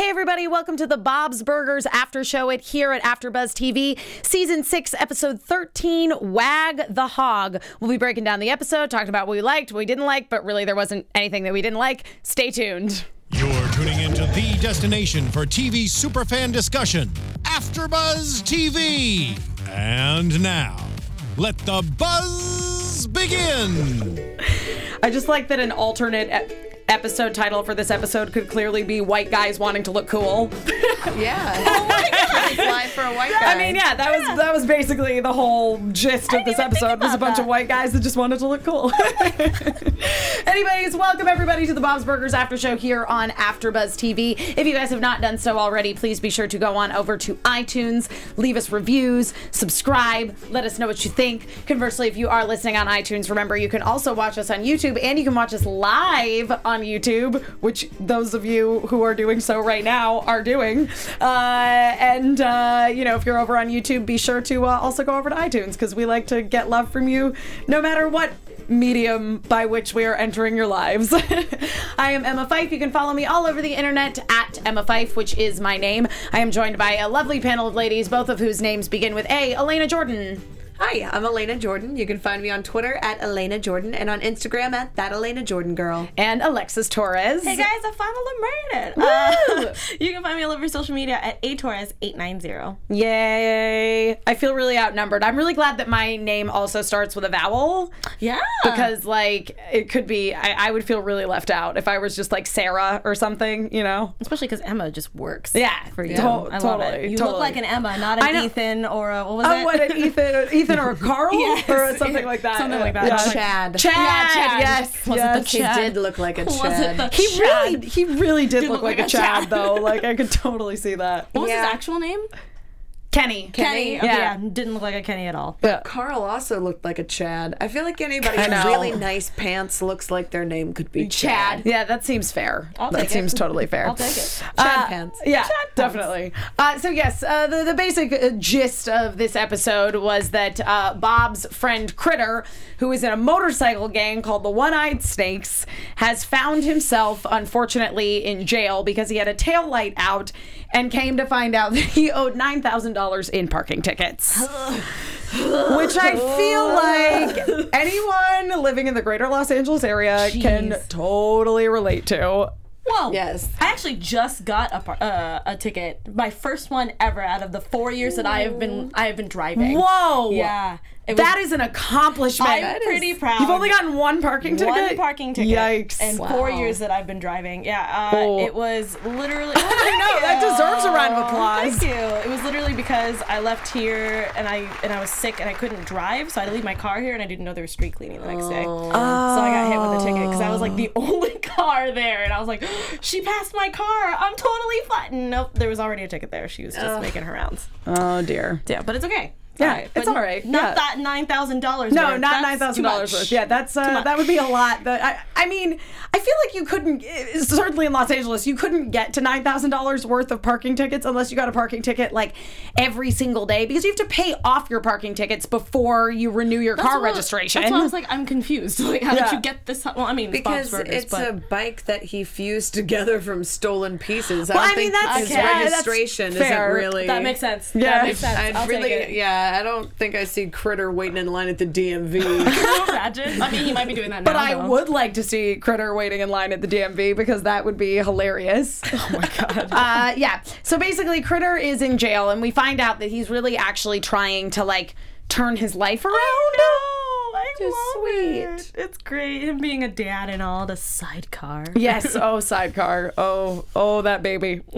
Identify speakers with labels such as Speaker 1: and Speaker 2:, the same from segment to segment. Speaker 1: everybody. Welcome to the Bob's Burgers After Show at here at AfterBuzz TV, Season 6, Episode 13, Wag the Hog. We'll be breaking down the episode, talking about what we liked, what we didn't like, but really there wasn't anything that we didn't like. Stay tuned.
Speaker 2: You're tuning into the destination for TV superfan discussion, AfterBuzz TV. And now, let the buzz begin.
Speaker 1: I just like that an alternate ep- episode title for this episode could clearly be White Guys Wanting to Look Cool.
Speaker 3: Yeah. Oh my God. It's live for a white guy.
Speaker 1: I mean, yeah, that was that was basically the whole gist of this episode. Was a bunch of white guys that just wanted to look cool. Anyways, welcome everybody to the Bob's Burgers After Show here on AfterBuzz TV. If you guys have not done so already, please be sure to go on over to iTunes, leave us reviews, subscribe, let us know what you think. Conversely, if you are listening on iTunes, remember you can also watch us on YouTube and you can watch us live on YouTube, which those of you who are doing so right now are doing. Uh, and uh, you know, if you're over on YouTube, be sure to uh, also go over to iTunes because we like to get love from you, no matter what medium by which we are entering your lives. I am Emma Fife. You can follow me all over the internet at Emma Fife, which is my name. I am joined by a lovely panel of ladies, both of whose names begin with A. Elena Jordan.
Speaker 3: Hi, I'm Elena Jordan. You can find me on Twitter at Elena Jordan and on Instagram at that Elena Jordan girl.
Speaker 1: And Alexis Torres.
Speaker 4: Hey guys, I finally made it. Uh, you can find me all over social media at atorres890.
Speaker 1: Yay. I feel really outnumbered. I'm really glad that my name also starts with a vowel.
Speaker 4: Yeah.
Speaker 1: because like it could be I, I would feel really left out if I was just like Sarah or something, you know?
Speaker 4: especially because Emma just works.
Speaker 1: Yeah,
Speaker 4: For you.
Speaker 1: to-
Speaker 4: I love
Speaker 1: totally,
Speaker 4: it. You
Speaker 1: totally.
Speaker 4: look like an Emma, not
Speaker 1: I
Speaker 4: an
Speaker 1: know.
Speaker 4: Ethan or a, what was
Speaker 1: Oh,
Speaker 4: that?
Speaker 1: what an Ethan, an Ethan or a Carl
Speaker 4: Yes.
Speaker 1: or something like that.
Speaker 4: Something like that.
Speaker 1: Yeah.
Speaker 3: Chad.
Speaker 1: Chad.
Speaker 4: Yeah, Chad.
Speaker 1: Yes.
Speaker 4: Was it the
Speaker 1: yes.
Speaker 3: He
Speaker 4: Chad.
Speaker 3: did look like a
Speaker 4: Was it
Speaker 3: Chad.
Speaker 4: the
Speaker 1: He
Speaker 4: Chad?
Speaker 1: really, he really did,
Speaker 4: look
Speaker 1: look like, a
Speaker 4: like a
Speaker 1: Chad,
Speaker 4: Chad.
Speaker 1: though. Like I could totally see that.
Speaker 4: What was
Speaker 3: Yeah.
Speaker 4: his actual name?
Speaker 1: Kenny.
Speaker 4: Kenny. Okay,
Speaker 1: Yeah.
Speaker 4: yeah. Didn't look like a Kenny at all.
Speaker 1: Yeah.
Speaker 3: Carl also looked like a Chad. I feel like anybody
Speaker 1: I
Speaker 3: with
Speaker 1: know.
Speaker 3: really nice pants looks like their name could be Chad.
Speaker 1: Yeah, that seems fair.
Speaker 4: I'll
Speaker 1: that
Speaker 4: take it.
Speaker 1: seems totally fair.
Speaker 4: I'll take it.
Speaker 3: Chad
Speaker 1: Uh,
Speaker 3: pants.
Speaker 1: Yeah, definitely. Uh, so yes, uh, the the basic uh, gist of this episode was that uh, Bob's friend Critter, who is in a motorcycle gang called the One Eyed Snakes, has found himself unfortunately in jail because he had a tail light out and came to find out that he owed nine thousand dollars in parking tickets. Which I feel like anyone living in the greater Los Angeles area can
Speaker 4: Jeez.
Speaker 1: totally relate to.
Speaker 4: Whoa.
Speaker 3: Yes.
Speaker 4: I actually just got a par- uh, a ticket, my first one ever out of the four years that I have been I have been driving.
Speaker 1: Whoa.
Speaker 4: Yeah. It was-
Speaker 1: That is an accomplishment.
Speaker 4: I'm pretty proud.
Speaker 1: You've only gotten one parking ticket.
Speaker 4: One parking ticket.
Speaker 1: Yikes!
Speaker 4: And
Speaker 1: no,
Speaker 4: four
Speaker 3: Wow.
Speaker 4: years that I've been driving. Yeah. Uh,
Speaker 1: Oh.
Speaker 4: It was literally.
Speaker 1: that deserves a round of applause.
Speaker 4: Thank you. It was literally because I left here and I and I was sick and I couldn't drive, so I had to leave my car here and I didn't know there was street cleaning the next day.
Speaker 1: Oh.
Speaker 4: So I got hit with a ticket because I was like the only car there, and I was like, she passed my car. I'm totally flattened. Nope, there was already a ticket there. She was just making her rounds.
Speaker 1: Oh dear.
Speaker 4: Yeah, but it's okay. It's
Speaker 1: Yeah,
Speaker 4: alright.
Speaker 1: it's
Speaker 4: But
Speaker 1: alright.
Speaker 4: Not
Speaker 1: Yeah.
Speaker 4: that nine thousand dollars.
Speaker 1: No, not nine thousand dollars worth. Yeah, that's uh, that would be a lot. But I, I mean, I feel like you couldn't. eh, Certainly in Los Angeles, you couldn't get to nine thousand dollars worth of parking tickets unless you got a parking ticket like every single day because you have to pay off your parking tickets before you renew your car
Speaker 4: That's what-
Speaker 1: registration.
Speaker 4: That's why I was like, I'm confused. Like, how
Speaker 1: Yeah.
Speaker 4: did you get this? Well, I mean, it's
Speaker 3: Because
Speaker 4: Bob's Burgers,
Speaker 3: it's
Speaker 4: but
Speaker 3: a bike that he fused together from stolen pieces.
Speaker 1: Well,
Speaker 3: I
Speaker 1: I
Speaker 3: don't
Speaker 1: mean,
Speaker 3: think
Speaker 1: that's-
Speaker 3: his
Speaker 4: okay, that's
Speaker 3: registration
Speaker 1: fair.
Speaker 3: isn't really.
Speaker 4: that makes sense.
Speaker 1: Yeah.
Speaker 4: that makes sense.
Speaker 3: I
Speaker 4: I'll take
Speaker 3: really,
Speaker 4: it.
Speaker 3: yeah, I don't think I see Critter waiting in line at the DMV.
Speaker 4: Can you imagine? I mean, he might be doing that
Speaker 1: But
Speaker 4: now.
Speaker 1: I
Speaker 4: though.
Speaker 1: would like to see Critter waiting in line at the DMV because that would be hilarious. Oh my god. uh, yeah. So basically, Critter is in jail, and we find out that he's really actually trying to like turn his life around.
Speaker 4: Oh, I love
Speaker 1: sweet.
Speaker 4: it. It's great. Him being a dad and all the sidecar.
Speaker 1: Yes. Oh, sidecar. Oh, oh, that baby.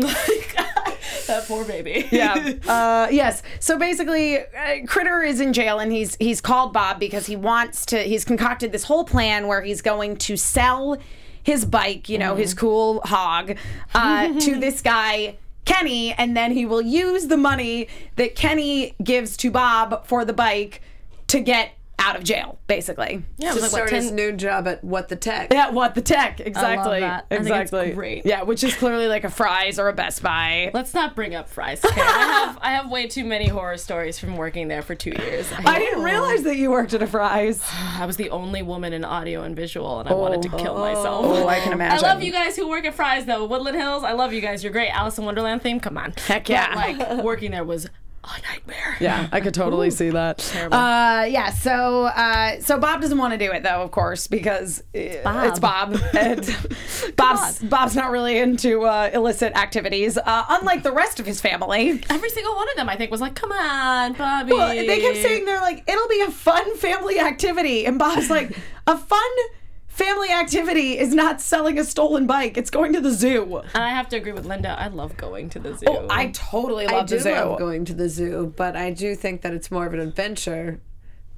Speaker 4: that poor baby.
Speaker 1: yeah. Uh, yes. So basically, uh, Critter is in jail, and he's he's called Bob because he wants to. He's concocted this whole plan where he's going to sell his bike, you know,
Speaker 4: Mm-hmm.
Speaker 1: his cool hog, uh, to this guy. Kenny, and then he will use the money that Kenny gives to Bob for the bike to get out of jail, basically.
Speaker 4: Yeah, it
Speaker 3: Just
Speaker 4: was like,
Speaker 3: start
Speaker 4: what,
Speaker 3: his
Speaker 4: 10,
Speaker 3: new job at What the Tech.
Speaker 1: Yeah, what the tech? Exactly.
Speaker 4: that. I think it's
Speaker 1: Exactly.
Speaker 4: great.
Speaker 1: Yeah, which is clearly like a Fry's or a Best Buy.
Speaker 4: Let's not bring up fries. Okay? I have I have way too many horror stories from working there for two years.
Speaker 1: I
Speaker 4: I,
Speaker 1: didn't realize that you worked at a Fry's.
Speaker 4: I was the only woman in audio and visual, and I wanted to kill myself.
Speaker 1: Oh, I can
Speaker 4: I
Speaker 1: imagine.
Speaker 4: love you guys who work at Fry's though. Woodland Hills, I love you guys. You're great. Alice in Wonderland theme, come on.
Speaker 1: Heck yeah.
Speaker 4: But, like working there was a nightmare.
Speaker 1: Yeah, I could totally see that.
Speaker 4: terrible.
Speaker 1: Uh, yeah, so uh, so Bob doesn't want to do it though, of course, because uh, it's Bob. And Bob's Bob's not really into uh, illicit activities, uh, unlike the rest of his family.
Speaker 4: Every single one of them, I think, was like, "Come on, Bobby."
Speaker 1: Well, they kept saying they're like, it'll be a fun family activity, and Bob's like, a fun family activity is not selling a stolen bike; it's going to the zoo.
Speaker 4: And I have to agree with Linda. I love going to the zoo.
Speaker 1: Oh, I totally love
Speaker 3: I do
Speaker 1: the zoo.
Speaker 3: love going to the zoo, but I do think that it's more of an adventure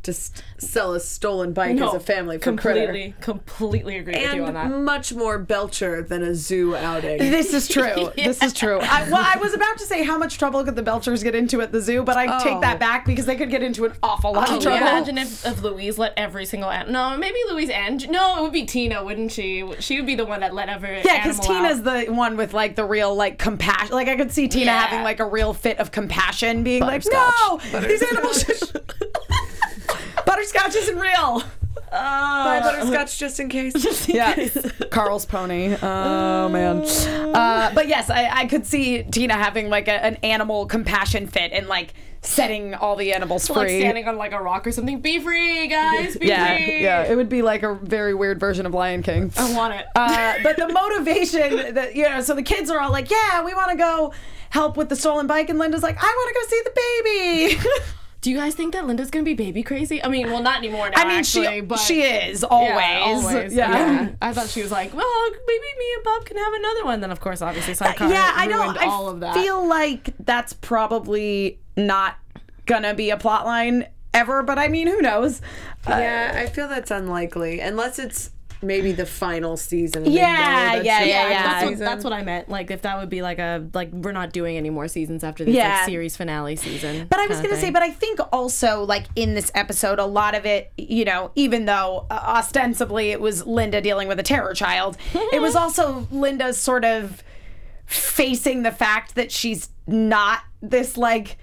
Speaker 3: to s sell a stolen bike as a family for
Speaker 4: completely,
Speaker 3: critter.
Speaker 4: completely agree with you on that.
Speaker 3: And much more belcher than a zoo outing.
Speaker 1: This is true. This is true. I, well, I was about to say how much trouble could the Belchers get into at the zoo, but I take
Speaker 4: Oh.
Speaker 1: that back because they could get into an awful lot of
Speaker 4: Can you
Speaker 1: trouble.
Speaker 4: imagine if, if Louise let every single an- no, maybe Louise and no, it would be Tina, wouldn't she? She would be the one that let every
Speaker 1: Yeah, because
Speaker 4: animal
Speaker 1: Tina's
Speaker 4: out.
Speaker 1: the one with like the real like compassion. Like I could see Tina
Speaker 4: Yeah.
Speaker 1: having like a real fit of compassion, being like, "No,
Speaker 4: Butterscotch.
Speaker 1: these animals." should- Butterscotch isn't real.
Speaker 3: Buy butterscotch just in case.
Speaker 1: Yeah, Carl's pony. Oh man. Uh, but yes, I, I could see Tina having like a, an animal compassion fit and like setting all the animals free.
Speaker 4: like standing on like a rock or something. Be free, guys. Be
Speaker 1: Yeah,
Speaker 4: free.
Speaker 1: yeah. It would be like a very weird version of Lion King.
Speaker 4: I want it.
Speaker 1: Uh, but the motivation that you know, so the kids are all like, "Yeah, we want to go help with the stolen bike," and Linda's like, "I want to go see the baby."
Speaker 4: Do you guys think that Linda's gonna be baby crazy? I mean, well, not anymore. Now,
Speaker 1: I mean,
Speaker 4: actually,
Speaker 1: she
Speaker 4: but
Speaker 1: she is
Speaker 4: Yeah,
Speaker 1: always,
Speaker 4: always. Yeah. I thought she was like, well, maybe me and Bob can have another one. Then, of course, obviously, Sankara
Speaker 1: yeah, I
Speaker 4: ruined
Speaker 1: don't. I
Speaker 4: all of that.
Speaker 1: feel like that's probably not gonna be a plot line ever. But I mean, who knows?
Speaker 3: Yeah, I feel that's unlikely unless it's maybe the final season.
Speaker 1: Yeah, yeah,
Speaker 4: yeah,
Speaker 1: yeah.
Speaker 4: That's, what, that's what I meant. Like, if that would be like a like, we're not doing any more seasons after this
Speaker 1: Yeah.
Speaker 4: like, series finale season.
Speaker 1: But I was
Speaker 4: kinda
Speaker 1: going to say,
Speaker 4: thing.
Speaker 1: but I think also, like in this episode, a lot of it, you know, even though uh, ostensibly it was Linda dealing with a terror child, it was also Linda's sort of facing the fact that she's not this like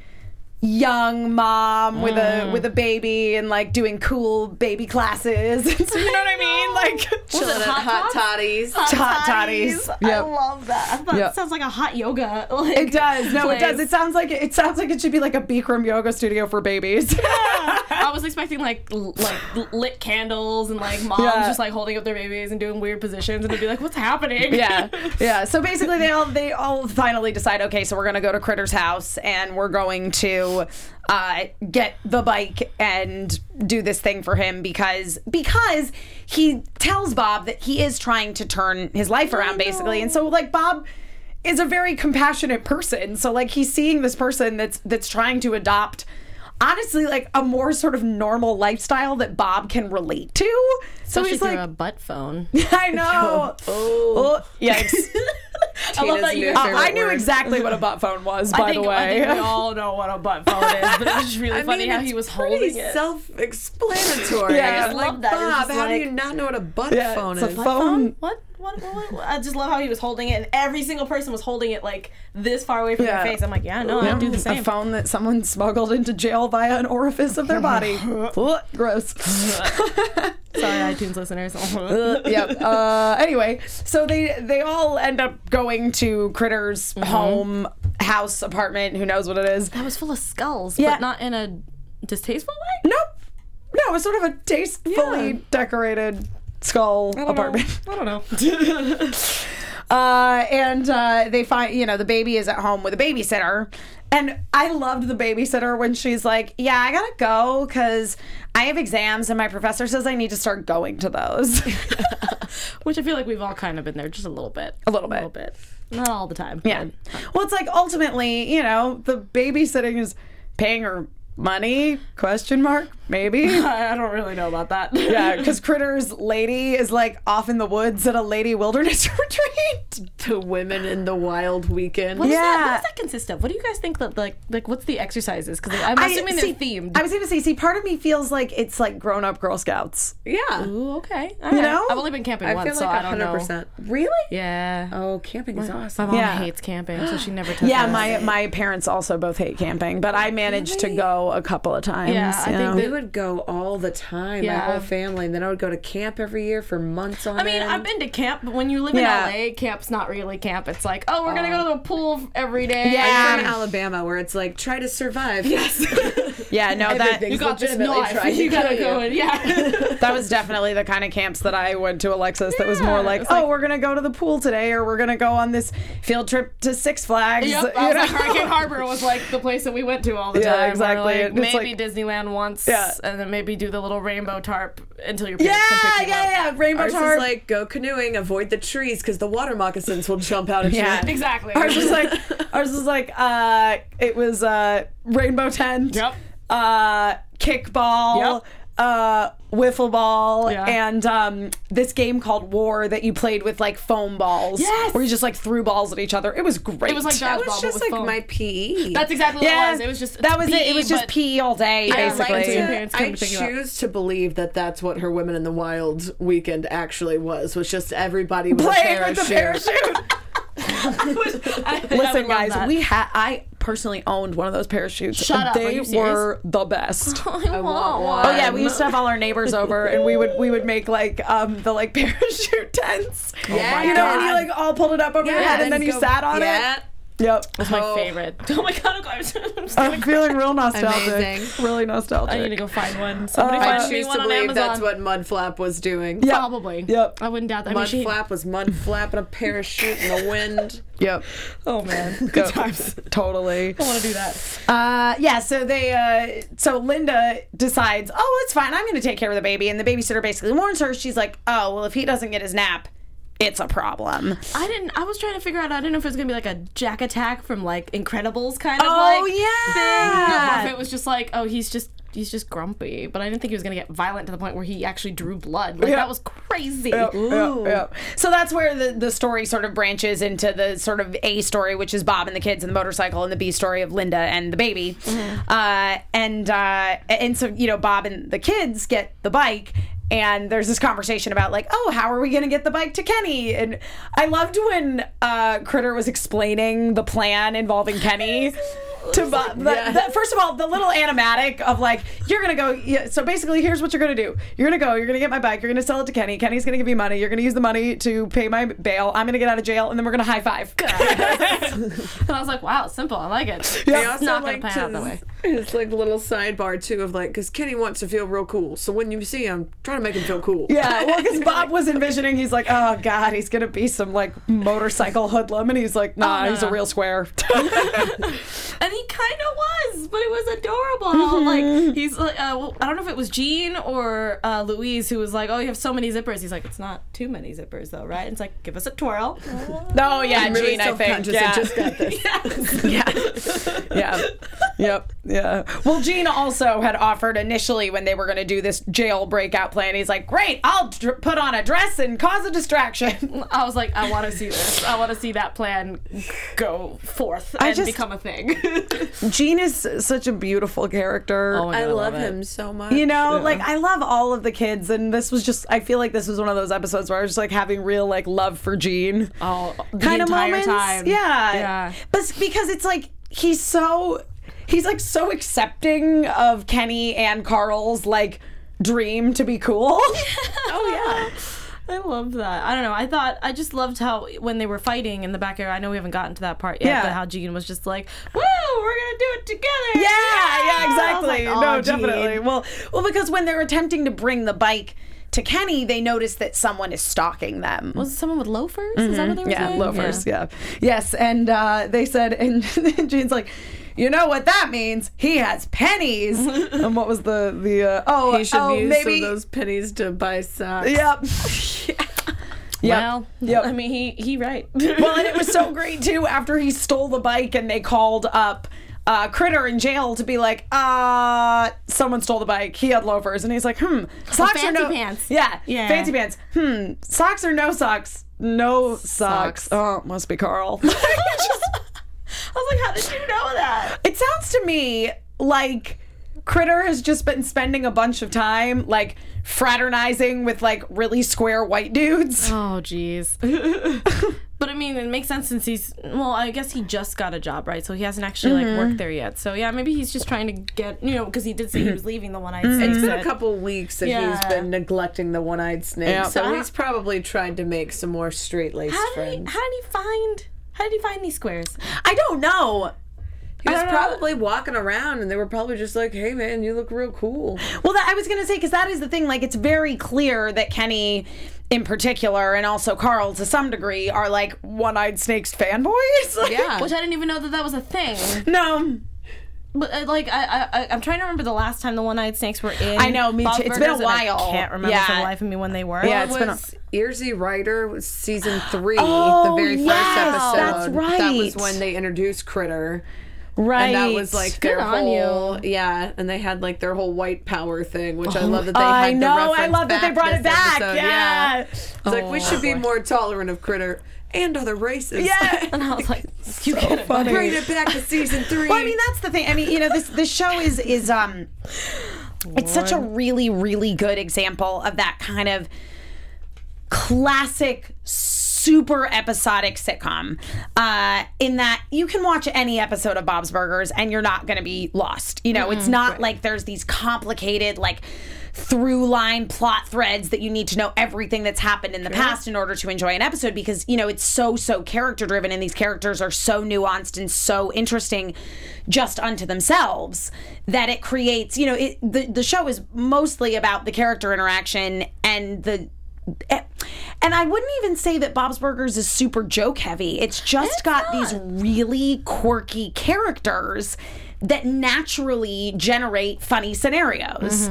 Speaker 1: young mom with a
Speaker 4: Mm.
Speaker 1: with a baby and like doing cool baby classes. you know what I mean? Like
Speaker 3: Chilling at hot toddies.
Speaker 1: hot toddies. Yep.
Speaker 4: love that. I thought
Speaker 1: Yep.
Speaker 4: It sounds like a hot yoga. Like,
Speaker 1: It does. No, it does.
Speaker 4: place.
Speaker 1: It sounds like it sounds like it should be like a Bikram yoga studio for babies.
Speaker 4: I was expecting like l- like lit candles and like moms
Speaker 1: Yeah.
Speaker 4: just like holding up their babies and doing weird positions and it'd be like, what's happening?
Speaker 1: yeah yeah so basically they all they all finally decide okay so we're gonna go to critter's house and we're going to uh, get the bike and do this thing for him because because he tells bob that he is trying to turn his life around basically and so like bob is a very compassionate person so like he's seeing this person that's that's trying to adopt honestly like a more sort of normal lifestyle that bob can relate to so
Speaker 4: Especially
Speaker 1: he's
Speaker 4: through
Speaker 1: like
Speaker 4: a butt phone.
Speaker 1: I know. Oh, yikes.
Speaker 4: I
Speaker 3: Tina's
Speaker 4: love that you.
Speaker 3: new
Speaker 4: Oh,
Speaker 1: Uh, I
Speaker 3: favorite
Speaker 1: knew
Speaker 3: word.
Speaker 1: exactly what a butt phone was, by
Speaker 4: I think,
Speaker 1: the
Speaker 4: I
Speaker 1: way.
Speaker 4: think we all know what a butt phone is, but it was just really
Speaker 3: I
Speaker 4: Oh, funny
Speaker 3: mean,
Speaker 4: how
Speaker 3: it's
Speaker 4: he was
Speaker 3: pretty
Speaker 4: holding it.
Speaker 3: self-explanatory.
Speaker 1: Yeah. I just
Speaker 3: like,
Speaker 4: love that. It's
Speaker 3: Bob,
Speaker 4: just
Speaker 3: how do
Speaker 4: like-
Speaker 3: you not know what a butt
Speaker 1: Yeah,
Speaker 3: phone
Speaker 1: it's a
Speaker 3: is?
Speaker 1: phone. Um,
Speaker 4: what? What, what, what, what? I just love how he was holding it, and every single person was holding it like this far away from
Speaker 1: Yeah.
Speaker 4: their face. I'm like, yeah, no, I do the
Speaker 1: a
Speaker 4: same.
Speaker 1: phone that someone smuggled into jail via an orifice of their body. Ugh, Gross.
Speaker 4: Sorry, iTunes listeners.
Speaker 1: yep. Uh, anyway, so they they all end up going to Critter's
Speaker 4: Mm-hmm.
Speaker 1: home, house, apartment. Who knows what it is?
Speaker 4: I was full of skulls,
Speaker 1: Yeah.
Speaker 4: but not in a distasteful way.
Speaker 1: Nope. No, it's sort of a tastefully decorated skull apartment.
Speaker 4: I don't know.
Speaker 1: Uh, and uh, they find, you know, the baby is at home with a babysitter. And I loved the babysitter when she's like, Yeah, I gotta go because I have exams and my professor says I need to start going to those.
Speaker 4: Which I feel like we've all kind of been there, just a little bit.
Speaker 1: A little
Speaker 4: A little bit. Not all the time.
Speaker 1: yeah. Well, it's like ultimately, you know, the babysitting is paying her money question mark
Speaker 5: Maybe.
Speaker 4: I don't really know about that.
Speaker 5: Yeah, because Critter's lady is like off in the woods at a lady wilderness retreat.
Speaker 3: to women in the wild weekend.
Speaker 4: What does that,
Speaker 5: Yeah.
Speaker 4: what does that consist of? What do you guys think that like like what's the exercises? Because I'm assuming
Speaker 5: see,
Speaker 4: they're themed.
Speaker 5: I was gonna say, see, part of me feels like it's like grown up Girl Scouts.
Speaker 3: Yeah.
Speaker 4: Ooh, okay. All
Speaker 5: You
Speaker 4: right.
Speaker 5: know?
Speaker 4: I've only been camping
Speaker 3: I
Speaker 4: once,
Speaker 3: feel
Speaker 4: so
Speaker 3: like
Speaker 4: I don't
Speaker 3: hundred
Speaker 4: know.
Speaker 3: percent. Really?
Speaker 4: Yeah.
Speaker 3: Oh, camping is awesome.
Speaker 4: My mom
Speaker 5: Yeah.
Speaker 4: hates camping, so she never took
Speaker 5: Yeah,
Speaker 4: us.
Speaker 5: my my parents also both hate camping, but I managed to go a couple of times.
Speaker 4: Yeah, I think
Speaker 5: you know.
Speaker 4: that-
Speaker 3: We would go all the time, my
Speaker 4: Yeah.
Speaker 3: whole family, and then I would go to camp every year for months on
Speaker 4: I mean,
Speaker 3: end.
Speaker 4: I've been to camp, but when you live
Speaker 5: Yeah.
Speaker 4: in LA, camp's not really camp. It's like, oh, we're gonna go to the pool every day.
Speaker 5: Yeah.
Speaker 3: I'm from Alabama, where it's like try to survive. Yes,
Speaker 5: yeah, no, that
Speaker 4: You got this
Speaker 3: Legitimately
Speaker 4: knife.
Speaker 3: tried to
Speaker 4: You
Speaker 3: kill
Speaker 4: gotta go.
Speaker 3: you.
Speaker 4: In. Yeah.
Speaker 5: that was definitely the kind of camps that I went to, Alexis. that was
Speaker 4: Yeah,
Speaker 5: more
Speaker 4: it
Speaker 5: like,
Speaker 4: was
Speaker 5: oh,
Speaker 4: like-
Speaker 5: we're gonna go to the pool today, or we're gonna go on this field trip to Six Flags.
Speaker 4: Yep, I
Speaker 5: you
Speaker 4: was like,
Speaker 5: know?
Speaker 4: Hurricane Harbor was like the place that we went to all the
Speaker 5: Yeah,
Speaker 4: time. We're
Speaker 5: exactly.
Speaker 4: like,
Speaker 5: It's
Speaker 4: maybe
Speaker 5: like-
Speaker 4: Disneyland once,
Speaker 5: Yeah.
Speaker 4: and then maybe do the little rainbow tarp until your
Speaker 5: yeah,
Speaker 4: parents can
Speaker 5: yeah,
Speaker 4: pick you up.
Speaker 5: yeah, Rainbow
Speaker 3: ours is
Speaker 5: Tarp.
Speaker 3: like go canoeing, avoid the trees because the water moccasins will jump out at
Speaker 5: Yeah.
Speaker 3: you.
Speaker 4: Exactly.
Speaker 5: ours was like, ours was like, uh, it was uh, Rainbow Tent.
Speaker 4: Yep.
Speaker 5: Uh, kickball.
Speaker 4: Yep.
Speaker 5: Uh, wiffle ball
Speaker 4: Yeah.
Speaker 5: and um, this game called War that you played with like foam balls,
Speaker 4: Yes.
Speaker 5: where you just like threw balls at each other. It was great.
Speaker 4: It was like
Speaker 3: That
Speaker 4: dodgeball,
Speaker 3: was
Speaker 4: but
Speaker 3: just
Speaker 4: with
Speaker 3: like
Speaker 4: foam.
Speaker 3: my E. PE.
Speaker 4: That's exactly what
Speaker 5: yeah,
Speaker 4: it was. It was just
Speaker 5: that was it.
Speaker 4: PE,
Speaker 5: It was just
Speaker 4: but-
Speaker 5: pee all day,
Speaker 4: I liked
Speaker 5: basically.
Speaker 4: it. Your parents come
Speaker 3: I
Speaker 4: to pick you up.
Speaker 3: choose to believe that that's what her Women in the Wild weekend actually was. Was just everybody with
Speaker 5: Playing
Speaker 3: a parachute.
Speaker 5: with the parachute.
Speaker 4: I- I would love
Speaker 5: Listen, guys,
Speaker 4: that.
Speaker 5: we had I personally owned one of those parachutes.
Speaker 4: Shut up, are
Speaker 5: They
Speaker 4: you serious?
Speaker 5: were the best.
Speaker 4: I
Speaker 3: want one.
Speaker 5: Oh yeah, we used to have all our neighbors over, and we would we would make like um the like parachute tents.
Speaker 3: Yeah.
Speaker 5: you know, and you
Speaker 3: God.
Speaker 5: like all pulled it up over your head, and then you
Speaker 3: go-
Speaker 5: sat on
Speaker 3: yeah.
Speaker 5: it. Yep.
Speaker 4: That's my
Speaker 3: Oh.
Speaker 4: favorite. Oh my god, I'm sorry. I'm just gonna
Speaker 5: I'm feeling real nostalgic.
Speaker 3: Amazing.
Speaker 5: Really nostalgic.
Speaker 4: I need to go find one. Somebody
Speaker 5: Oh, I
Speaker 4: find
Speaker 3: I
Speaker 4: me
Speaker 3: choose
Speaker 4: one
Speaker 3: to
Speaker 4: on
Speaker 3: believe
Speaker 4: Amazon.
Speaker 3: that's what Mudflap was doing.
Speaker 5: Yep.
Speaker 4: Probably.
Speaker 5: Yep.
Speaker 4: I wouldn't doubt that. I mean, she-
Speaker 3: Mudflap was mud flapping a parachute in the wind.
Speaker 5: Yep.
Speaker 4: Oh man, good times.
Speaker 5: Totally.
Speaker 4: I want to do that.
Speaker 5: Uh, yeah, so they, uh, so Linda decides, oh, it's fine. I'm going to take care of the baby. And the babysitter basically warns her. She's like, oh, well, if he doesn't get his nap, it's a problem.
Speaker 4: I didn't. I was trying to figure out. I didn't know if it was gonna be like a Jack Attack from like Incredibles kind of
Speaker 5: Oh,
Speaker 4: like
Speaker 5: yeah.
Speaker 4: thing, or if it was just like, oh, he's just he's just grumpy. But I didn't think he was gonna get violent to the point where he actually drew blood. Like
Speaker 5: Yeah.
Speaker 4: that was crazy.
Speaker 5: Yep, yep. So that's where the, the story sort of branches into the sort of A story, which is Bob and the kids and the motorcycle, and the B story of Linda and the baby.
Speaker 3: Mm-hmm.
Speaker 5: Uh, and uh, and so you know Bob and the kids get the bike. And there's this conversation about like, oh, how are we gonna get the bike to Kenny? And I loved when uh, Critter was explaining the plan involving Kenny to Bob. The- the- first of all, the little animatic of like, you're gonna go. Yeah, so basically, here's what you're gonna do. You're gonna go. You're gonna get my bike. You're gonna sell it to Kenny. Kenny's gonna give you money. You're gonna use the money to pay my bail. I'm gonna get out of jail, and then we're gonna high five.
Speaker 4: And I was like, wow, simple. I like it.
Speaker 3: I
Speaker 4: It's not gonna pan out that way.
Speaker 3: It's like little sidebar too of like, because Kenny wants to feel real cool. So when you see him, try to make him feel cool.
Speaker 5: Yeah, well, because Bob was envisioning, he's like, oh god, he's gonna be some like motorcycle hoodlum, and he's like, nah,
Speaker 4: Oh, no,
Speaker 5: he's a
Speaker 4: no.
Speaker 5: real square.
Speaker 4: And he kind of was, but it was adorable. how,
Speaker 5: Mm-hmm.
Speaker 4: Like he's like, uh, well, I don't know if it was Jean or uh, Louise who was like, "Oh, you have so many zippers." He's like, "It's not too many zippers, though, right?" And it's like, "Give us a twirl."
Speaker 5: no, Oh, yeah,
Speaker 3: I'm really
Speaker 5: Gene, I think,
Speaker 3: self-conscious. I
Speaker 5: yeah.
Speaker 3: just got this.
Speaker 5: yeah. Yeah. Yep. Yeah. Well, Gene also had offered initially when they were going to do this jail breakout plan. He's like, great, I'll dr- put on a dress and cause a distraction.
Speaker 4: I was like, "I want to see this. I want to see that plan go forth and
Speaker 5: just-
Speaker 4: become a thing."
Speaker 5: Gene is such a beautiful character.
Speaker 4: Oh,
Speaker 3: I love him so much.
Speaker 5: you know, like I love all of the kids, and this was just—I feel like this was one of those episodes where I was just like having real like love for Gene.
Speaker 4: Oh, the
Speaker 5: kind of
Speaker 4: entire
Speaker 5: moments.
Speaker 4: time.
Speaker 5: Yeah.
Speaker 4: Yeah.
Speaker 5: But s- because it's like he's so he's like so accepting of Kenny and Carl's like dream to be cool.
Speaker 4: Oh yeah. I love that. I don't know. I thought I just loved how when they were fighting in the backyard. I know we haven't gotten to that part yet,
Speaker 5: Yeah.
Speaker 4: but how Gene was just like, "Woo, we're gonna do it together!"
Speaker 5: yeah, yeah,
Speaker 4: I was
Speaker 5: exactly.
Speaker 4: like, "Aw,
Speaker 5: no,
Speaker 4: Gene."
Speaker 5: definitely. Well, well because when they're attempting to bring the bike to Kenny, they notice that someone is stalking them.
Speaker 4: Was it someone with loafers? Is that what they were
Speaker 5: yeah,
Speaker 4: saying?
Speaker 5: loafers. Yeah. Yes, and uh, they said, and, Gene's like, you know what that means? He has pennies. and what was the the? Uh, oh,
Speaker 3: He should
Speaker 5: oh,
Speaker 3: use
Speaker 5: maybe
Speaker 3: some of those pennies to buy socks.
Speaker 5: Yep. Yep.
Speaker 4: Well,
Speaker 5: Yep.
Speaker 4: I mean, he he right.
Speaker 5: well, and it was so great too. After he stole the bike, and they called up uh, Critter in jail to be like, uh, someone stole the bike. He had loafers, and he's like, hmm, socks
Speaker 1: fancy
Speaker 5: or no
Speaker 1: pants.
Speaker 5: Yeah,
Speaker 4: Yeah.
Speaker 5: fancy pants. Hmm, socks or no socks? No socks.
Speaker 1: Socks.
Speaker 5: Oh, it must be Carl. Just-
Speaker 4: I was like, how did you know that?
Speaker 5: it sounds to me like Critter has just been spending a bunch of time like fraternizing with like really square white dudes.
Speaker 1: Oh, jeez.
Speaker 4: But I mean, it makes sense since he's well. I guess he just got a job, right? So he hasn't actually like worked there yet. So yeah, maybe he's just trying to get you know because he did say he was leaving the one eyed snake.
Speaker 3: It's been a
Speaker 4: set.
Speaker 3: couple weeks that he's
Speaker 4: Yeah. Uh-huh.
Speaker 3: been neglecting the one-eyed snake,
Speaker 5: Yeah.
Speaker 3: so he's probably tried to make some more straight-laced
Speaker 4: How did he?
Speaker 3: friends.
Speaker 4: How did he find? How did he find these squares?
Speaker 5: I don't know.
Speaker 3: He was
Speaker 4: don't know.
Speaker 3: probably walking around, and they were probably just like, "Hey, man, you look real cool."
Speaker 5: Well, that, I was gonna say because that is the thing. Like, it's very clear that Kenny, in particular, and also Carl to some degree, are like one-eyed snakes fanboys. Like,
Speaker 3: Yeah.
Speaker 4: Which I didn't even know that that was a thing.
Speaker 5: No,
Speaker 4: But uh, like I, I- I, I'm trying to remember the last time the one-eyed snakes were in.
Speaker 5: I know, me
Speaker 4: Bob's
Speaker 5: too. It's been a
Speaker 4: Burgers, and I
Speaker 5: while.
Speaker 4: can't remember for
Speaker 5: Yeah.
Speaker 4: the life of me when they were.
Speaker 5: Yeah,
Speaker 3: It
Speaker 5: it's been a-
Speaker 3: was Earsy Rider was season three,
Speaker 5: Oh,
Speaker 3: the very first
Speaker 5: yes,
Speaker 3: episode.
Speaker 5: that's
Speaker 3: That was
Speaker 5: right.
Speaker 3: when they introduced Critter.
Speaker 5: right.
Speaker 3: And that was like
Speaker 4: Good
Speaker 3: their
Speaker 4: on you.
Speaker 3: whole yeah, and they had like their whole white power thing, which I love that they
Speaker 5: Oh, I
Speaker 3: had
Speaker 5: know, I
Speaker 3: the reference
Speaker 5: love that they
Speaker 3: back
Speaker 5: brought it
Speaker 3: this
Speaker 5: back,
Speaker 3: episode,
Speaker 5: yeah.
Speaker 3: It's like we should be more tolerant of Critter and other races.
Speaker 5: Yeah.
Speaker 4: And I was like, you get it. buddy.
Speaker 3: Bring it back to season three.
Speaker 5: Well, I mean, that's the thing. I mean, you know, this this show is is um, it's such a really really good example of that kind of classic super episodic sitcom uh, in that you can watch any episode of bob's burgers and you're not going to be lost you know it's not like there's these complicated like through line plot threads that you need to know everything that's happened in the past in order to enjoy an episode because you know it's so so character driven and these characters are so nuanced and so interesting just unto themselves that it creates you know it, the the show is mostly about the character interaction and the Eh, and I wouldn't even say that Bob's Burgers is super joke heavy. It's just got these really quirky characters that naturally generate funny scenarios.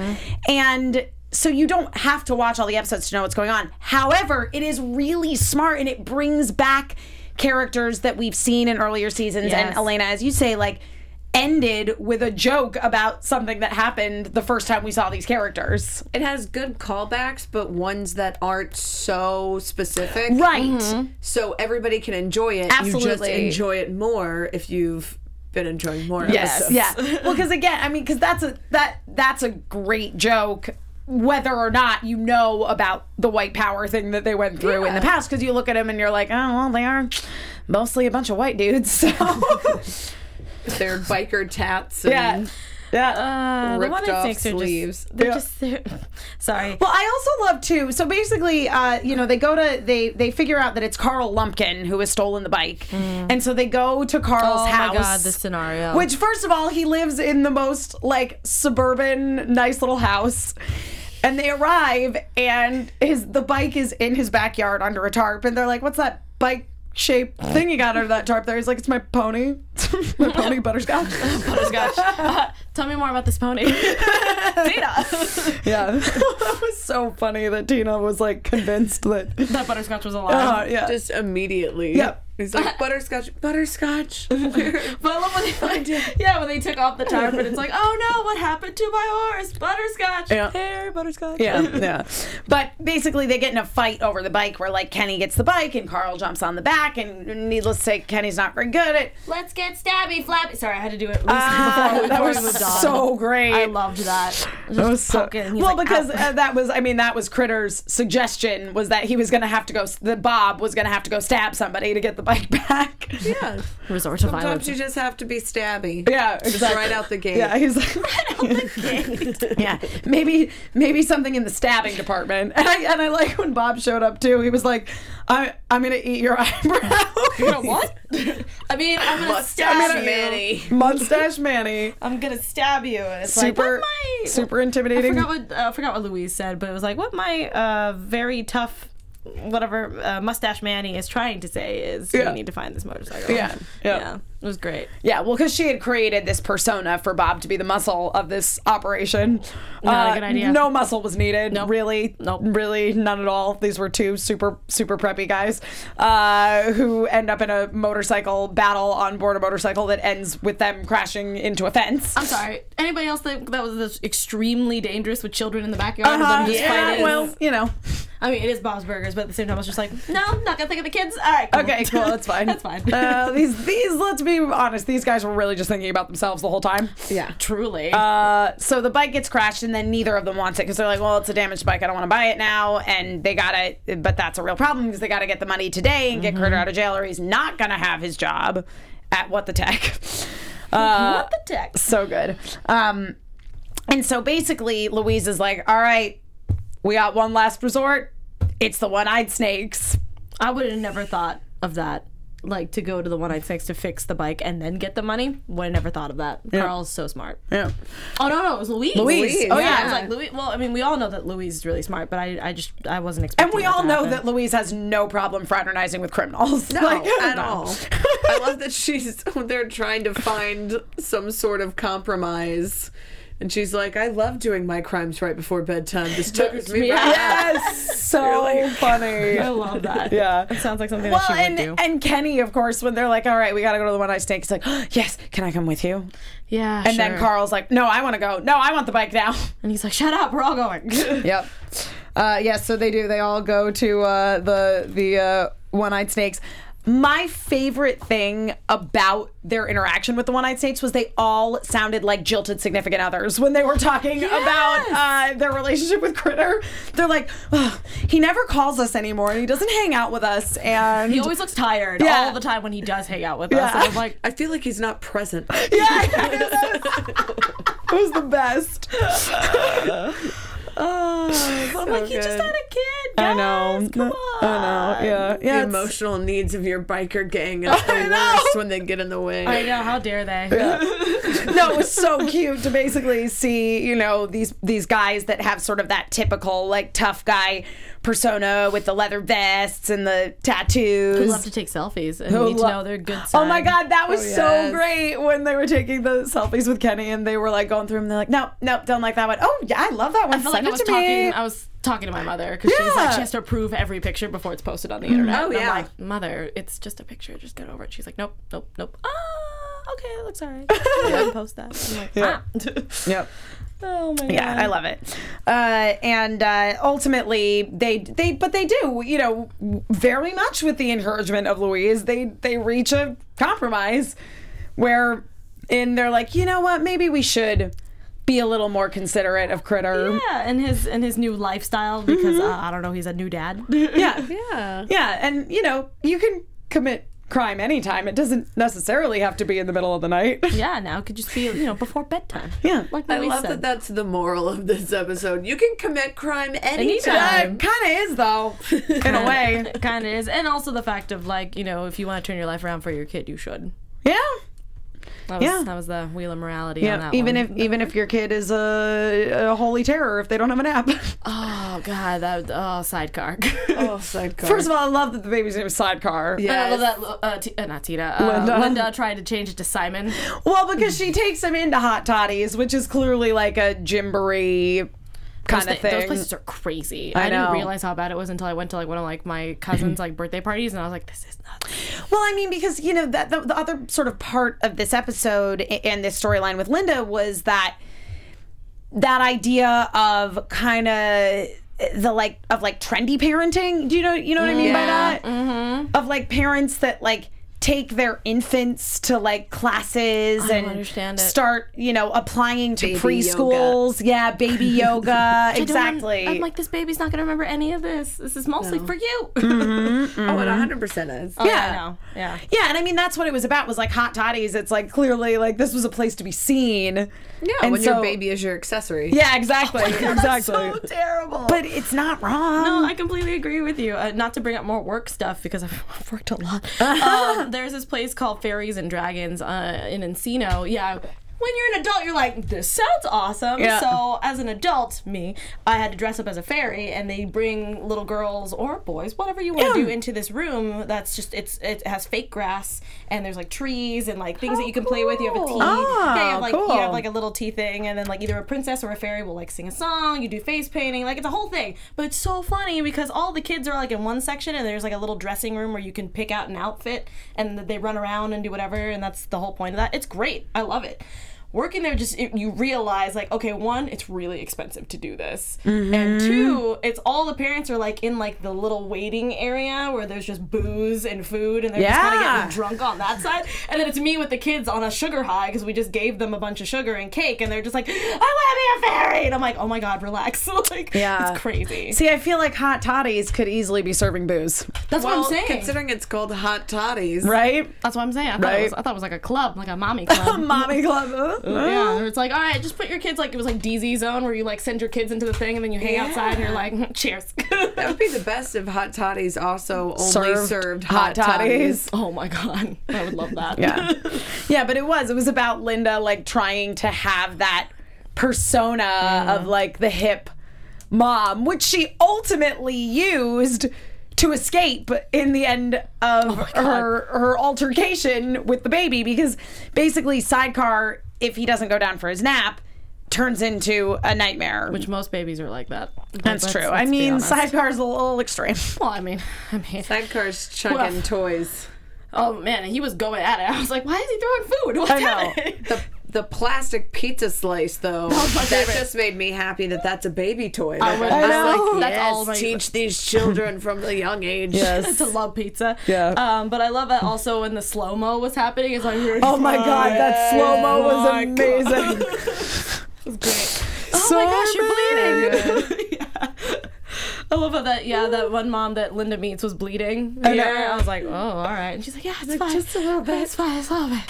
Speaker 5: And so you don't have to watch all the episodes to know what's going on. However, it is really smart and it brings back characters that we've seen in earlier seasons. And
Speaker 4: Yes.
Speaker 5: Elena, as you say, like, ended with a joke about something that happened the first time we saw these characters.
Speaker 3: it has good callbacks, but ones that aren't so specific.
Speaker 5: Right.
Speaker 3: So everybody can enjoy it. You just
Speaker 5: Absolutely.
Speaker 3: enjoy it more if you've been enjoying more yes. episodes.
Speaker 5: Yeah. Well, because again, I mean, because that's a that that's a great joke. Whether or not you know about the white power thing that they went through in the past, because you look at them and you're like, oh well, they are mostly a bunch of white dudes. So
Speaker 3: Their biker tats and
Speaker 5: yeah, yeah.
Speaker 4: Uh, the
Speaker 3: ripped
Speaker 4: one-eyed
Speaker 3: off
Speaker 4: snakes are
Speaker 3: sleeves.
Speaker 4: just—they're just. They're, sorry.
Speaker 5: Well, I also love too. So basically, uh, you know, they go to they they figure out that it's Carl Lumpkin who has stolen the bike, and so they go to Carl's
Speaker 1: Mm. Oh
Speaker 5: house.
Speaker 1: my god, this scenario.
Speaker 5: Which, first of all, he lives in the most like suburban, nice little house. And they arrive, and his the bike is in his backyard under a tarp, and they're like, "What's that bike?" shaped thing you got under that tarp there. He's like, it's my pony, my pony butterscotch.
Speaker 4: Uh, Tell me more about this pony.
Speaker 5: yeah, that was so funny that Tina was like convinced that.
Speaker 4: that butterscotch was a
Speaker 5: Uh,
Speaker 4: lie.
Speaker 5: yeah,
Speaker 3: just immediately.
Speaker 5: Yep.
Speaker 3: He's like butterscotch, butterscotch.
Speaker 4: But I love when they, yeah, when they took off the tarp and it's like, oh no, what happened to my horse? Butterscotch.
Speaker 5: Yeah.
Speaker 4: Hair, butterscotch.
Speaker 5: yeah, yeah. But basically, they get in a fight over the bike, where like Kenny gets the bike and Carl jumps on the back, and needless to say, Kenny's not very good at
Speaker 4: Let's get stabby flappy. Sorry, I had to do it recently
Speaker 5: Ah,
Speaker 4: before,
Speaker 5: that
Speaker 4: before we
Speaker 5: was
Speaker 4: moved on.
Speaker 5: so great.
Speaker 4: I loved that. Just
Speaker 5: That was so-
Speaker 4: poking, he's
Speaker 5: well
Speaker 4: like,
Speaker 5: because
Speaker 4: "Ow."
Speaker 5: uh, that was I mean that was Critter's suggestion was that he was going to have to go that Bob was going to have to go stab somebody to get the bike back.
Speaker 3: yeah.
Speaker 1: resort to
Speaker 3: Sometimes
Speaker 1: violence.
Speaker 3: you just have to be stabby.
Speaker 5: Yeah, exactly.
Speaker 3: right out the gate.
Speaker 5: Yeah, he's like yeah, maybe maybe something in the stabbing department. And I, and I like when Bob showed up too. He was like, I I'm going to eat your eyebrow.
Speaker 4: what? I mean, I'm gonna stab
Speaker 5: I mean,
Speaker 4: you.
Speaker 3: Manny.
Speaker 5: Mustache Manny,
Speaker 4: I'm gonna stab you. And it's
Speaker 5: super
Speaker 4: like, what my,
Speaker 5: super
Speaker 4: I
Speaker 5: intimidating.
Speaker 4: forgot what uh, I forgot what Louise said, but it was like, what my uh, very tough whatever uh, mustache Manny is trying to say is
Speaker 5: Yeah.
Speaker 4: we need to find this motorcycle.
Speaker 5: Yeah. Yeah.
Speaker 4: yeah, It was great.
Speaker 5: Yeah, well, because she had created this persona for Bob to be the muscle of this operation.
Speaker 4: Not a good idea.
Speaker 5: Uh, No muscle was needed.
Speaker 4: Nope.
Speaker 5: Really,
Speaker 4: Nope.
Speaker 5: really, none at all. These were two super, super preppy guys uh, who end up in a motorcycle battle on board a motorcycle that ends with them crashing into a fence.
Speaker 4: I'm sorry. Anybody else that that was this extremely dangerous with children in the backyard?
Speaker 5: Uh-huh.
Speaker 4: and them just
Speaker 5: Yeah,
Speaker 4: fighting?
Speaker 5: well, you know.
Speaker 4: I mean, it is Bob's Burgers, but at the same time, I was just like, no, I'm not gonna think of the kids. All right, cool.
Speaker 5: Okay, cool. That's fine.
Speaker 4: that's fine. Um,
Speaker 5: uh, these, these. Let's be honest. These guys were really just thinking about themselves the whole time.
Speaker 3: Yeah.
Speaker 4: Truly.
Speaker 5: Uh, so the bike gets crashed, and then neither of them wants it because they're like, "Well, it's a damaged bike. I don't want to buy it now." And they got to but that's a real problem because they got to get the money today and get Carter
Speaker 4: Mm-hmm.
Speaker 5: out of jail, or he's not gonna have his job at what the tech. Uh,
Speaker 4: what the text?
Speaker 5: so good. Um, and so basically, Louise is like, "All right, we got one last resort. It's the one-eyed snakes."
Speaker 4: I would have never thought of that. Like to go to the one eyed snakes to fix the bike and then get the money. Would have never thought of that. Carl's so smart.
Speaker 5: Yeah.
Speaker 4: Oh no, no, it was Louise.
Speaker 5: Louise. Oh, yeah.
Speaker 4: I was like Louise. Well, I mean, we all know that Louise is really smart, but I, I just, I wasn't
Speaker 5: And
Speaker 4: expecting.
Speaker 5: we
Speaker 4: that
Speaker 5: all
Speaker 4: to
Speaker 5: know
Speaker 4: happen.
Speaker 5: that Louise has no problem fraternizing with criminals.
Speaker 3: No, at all. I love that she's they're trying to find some sort of compromise. And she's like, I love doing my crimes right before bedtime. This tuggers me
Speaker 4: Yeah.
Speaker 3: back.
Speaker 5: Yes, so funny.
Speaker 4: I love that.
Speaker 5: Yeah.
Speaker 4: It sounds like something
Speaker 5: Well,
Speaker 4: that she would
Speaker 5: and,
Speaker 4: do.
Speaker 5: and Kenny, of course, when they're like, all right, we got to go to the one eyed snake, he's like, "Oh, yes, can I come with you?
Speaker 1: Yeah.
Speaker 5: And then Carl's like, no, I want to go. No, I want the bike now.
Speaker 4: and he's like, shut up, we're all going.
Speaker 5: yep. Uh, yes, so they do. They all go to uh, the, the uh, one eyed snakes. My favorite thing about their interaction with the one eyed snakes was they all sounded like jilted significant others when they were talking about uh, their relationship with Critter. They're like, "Ugh, he never calls us anymore and he doesn't hang out with us. And
Speaker 4: He always looks tired
Speaker 5: Yeah.
Speaker 4: all the time when he does hang out with us.
Speaker 5: Yeah.
Speaker 4: And I'm like,
Speaker 3: I feel like he's not present.
Speaker 5: Yeah, it was the best.
Speaker 4: I'm like, he just
Speaker 3: good.
Speaker 4: had a kid.
Speaker 5: I know.
Speaker 4: guys, Come on.
Speaker 5: I know. Yeah. Yeah.
Speaker 3: The
Speaker 5: it's-
Speaker 3: emotional needs of your biker gang is
Speaker 5: I
Speaker 3: the
Speaker 5: know.
Speaker 3: worst when they get in the way.
Speaker 4: I know. How dare they?
Speaker 5: no, it was so cute to basically see, you know, these these guys that have sort of that typical like tough guy persona with the leather vests and the tattoos.
Speaker 1: Who love to take selfies and
Speaker 5: Who
Speaker 1: need to
Speaker 5: lo-
Speaker 1: know their good side.
Speaker 5: Oh my god, that was so
Speaker 3: yes.
Speaker 5: great when they were taking the selfies with Kenny and they were like going through them. They're like, no, no, don't like that one. Oh yeah, I love that one.
Speaker 4: I felt like
Speaker 5: Send
Speaker 4: I
Speaker 5: it
Speaker 4: was
Speaker 5: to me.
Speaker 4: talking. I was talking to my mother because she's
Speaker 5: Yeah. Mm.
Speaker 4: like she has to approve every picture before it's posted on the internet.
Speaker 3: Oh,
Speaker 4: And
Speaker 3: yeah.
Speaker 4: I'm like, mother, it's just a picture. Just get over it. She's like, nope, nope, nope. Ah, okay, that looks alright. yeah. Post that. I'm like, ah.
Speaker 5: yep.
Speaker 4: oh my
Speaker 5: Yeah,
Speaker 4: god.
Speaker 5: I love it. Uh, and uh, ultimately, they they but they do you know very much with the encouragement of Louise, they they reach a compromise where and they're like, you know what, maybe we should be a little more considerate of Critter.
Speaker 4: Yeah, and his and his new lifestyle because
Speaker 5: Mm-hmm.
Speaker 4: uh, I don't know, he's a new dad.
Speaker 5: Yeah, yeah,
Speaker 3: Yeah.
Speaker 5: and you know you can commit crime anytime. It doesn't necessarily have to be in the middle of the night.
Speaker 4: yeah, now it could just be you know before bedtime.
Speaker 5: Yeah.
Speaker 4: like
Speaker 3: I
Speaker 4: Louise
Speaker 3: love that
Speaker 4: said.
Speaker 3: that's the moral of this episode. You can commit crime anytime.
Speaker 5: Uh, kind of is though, in a way.
Speaker 4: kind of is, and also the fact of like you know if you want to turn your life around for your kid, you should.
Speaker 5: Yeah.
Speaker 4: That was,
Speaker 5: Yeah.
Speaker 4: that was the wheel of morality on
Speaker 5: Yeah,
Speaker 4: that
Speaker 5: even
Speaker 4: one.
Speaker 5: if even if your kid is a, a holy terror, if they don't have an app.
Speaker 4: oh god that oh sidecar.
Speaker 3: Oh, sidecar.
Speaker 5: First of all, I love that the baby's name is Sidecar.
Speaker 4: I
Speaker 3: yes.
Speaker 4: love that. Uh, T- uh, not Tita. Uh,
Speaker 5: Linda.
Speaker 4: Linda. tried to change it to Simon.
Speaker 5: Well, because she takes him into hot toddies, which is clearly like a gymboree kind
Speaker 4: Those
Speaker 5: of
Speaker 4: thi- Those
Speaker 5: thing.
Speaker 4: places are crazy.
Speaker 5: I
Speaker 4: I,
Speaker 5: know.
Speaker 4: didn't realize how bad it was until I went to like one of like my cousins' like birthday parties, and I was like, "This is nuts."
Speaker 5: Well, I mean, because you know that the, the other sort of part of this episode a- and this storyline with Linda was that that idea of kind of the like of like trendy parenting. Do you know you know what I mean by that?
Speaker 4: mm-hmm.
Speaker 5: Of like parents that like take their infants to like classes and
Speaker 4: understand it.
Speaker 5: start you know applying to
Speaker 3: Baby yoga.
Speaker 5: preschools. Yeah, baby yoga.
Speaker 4: I don't rem-
Speaker 5: exactly.
Speaker 4: I'm like, this baby's not gonna remember any of this. This is mostly for you.
Speaker 5: Hmm.
Speaker 3: Oh, it 100% is.
Speaker 5: yeah.
Speaker 4: I know. Mm-hmm. Yeah.
Speaker 5: Yeah, and I mean that's what it was about was like hot toddies. It's like clearly like this was a place to be seen. Yeah,
Speaker 3: Yeah, when your baby is Oh your accessory.
Speaker 5: Yeah, exactly, exactly.
Speaker 3: terrible.
Speaker 5: but it's not wrong.
Speaker 4: No, I completely agree with you. Uh, not to bring up more work stuff because I've I've worked a lot. um, there's this place called Fairies and Dragons uh, in Encino. Yeah. when you're an adult, you're like, this sounds awesome.
Speaker 5: Yeah.
Speaker 4: So as an adult, me, I had to dress up as a fairy, and they bring little girls or boys, whatever you want to do, into this room. That's just it's it has fake grass, and there's like trees and like things that you can play with. You have a tea. yeah, you have like you
Speaker 5: Ah, cool.
Speaker 4: have like a little tea thing, and then like either a princess or a fairy will like sing a song. You do face painting, like it's a whole thing. But it's so funny because all the kids are like in one section, and there's like a little dressing room where you can pick out an outfit, and they run around and do whatever, and that's the whole point of that. It's great. I love it. Working there, just it, you realize like, okay, one, it's really expensive to do this, and two, it's all the parents are like in like the little waiting area where there's just booze and food, and they're just kind of
Speaker 5: Yeah.
Speaker 4: getting drunk on that side. And then it's me with the kids on a sugar high because we just gave them a bunch of sugar and cake, and they're just like, I want to be a fairy. And I'm like, oh my God, relax. like,
Speaker 5: Yeah.
Speaker 4: it's crazy.
Speaker 5: See, I feel like hot toddies could easily be serving booze,
Speaker 4: that's
Speaker 3: well,
Speaker 4: what I'm saying.
Speaker 3: considering it's called hot toddies,
Speaker 5: right?
Speaker 1: That's what I'm saying. I thought,
Speaker 5: Right.
Speaker 1: it was, I thought it was like a club, like a mommy club.
Speaker 5: Mommy club.
Speaker 1: yeah, where it's like, all right, just put your kids like it was like DZ zone where you like send your kids into the thing and then you hang outside and you're like, "Hmm, cheers.
Speaker 3: that would be the best if hot toddies also only
Speaker 5: Served
Speaker 3: served, hot, toddies.
Speaker 1: oh my god, I would love that.
Speaker 5: Yeah. yeah, but it was. It was about Linda like trying to have that persona
Speaker 1: Mm.
Speaker 5: of like the hip mom, which she ultimately used to escape in the end of
Speaker 1: Oh
Speaker 5: her her altercation with the baby because basically sidecar if he doesn't go down for his nap turns into a nightmare
Speaker 1: Which most babies are like that. Like,
Speaker 5: that's
Speaker 1: let's-
Speaker 5: true i
Speaker 1: let's be
Speaker 5: mean
Speaker 1: honest.
Speaker 5: sidecar's a little extreme
Speaker 1: Well, I mean, I mean,
Speaker 3: Sidecar's chugging
Speaker 1: Well.
Speaker 3: toys.
Speaker 1: oh man, he was going at it. I was like, why is he throwing food? What's
Speaker 5: I know.
Speaker 1: happening?
Speaker 3: The the plastic pizza slice though.
Speaker 1: Oh, my
Speaker 3: that
Speaker 1: favorite.
Speaker 3: just made me happy that that's a baby toy.
Speaker 1: I was like, that's all my-
Speaker 3: teach these children from a young age.
Speaker 1: to love pizza.
Speaker 5: Yeah.
Speaker 1: Um, but I love that also when the slow mo was happening. It's like,
Speaker 5: oh my god that slow mo was amazing
Speaker 1: oh my gosh, you're bleeding. Yeah. I love how that, yeah, that one mom that Linda meets was bleeding. I, I was like, oh, all right. And she's like, yeah, it's fine. Just a little bit. It's fine. It's a little bit.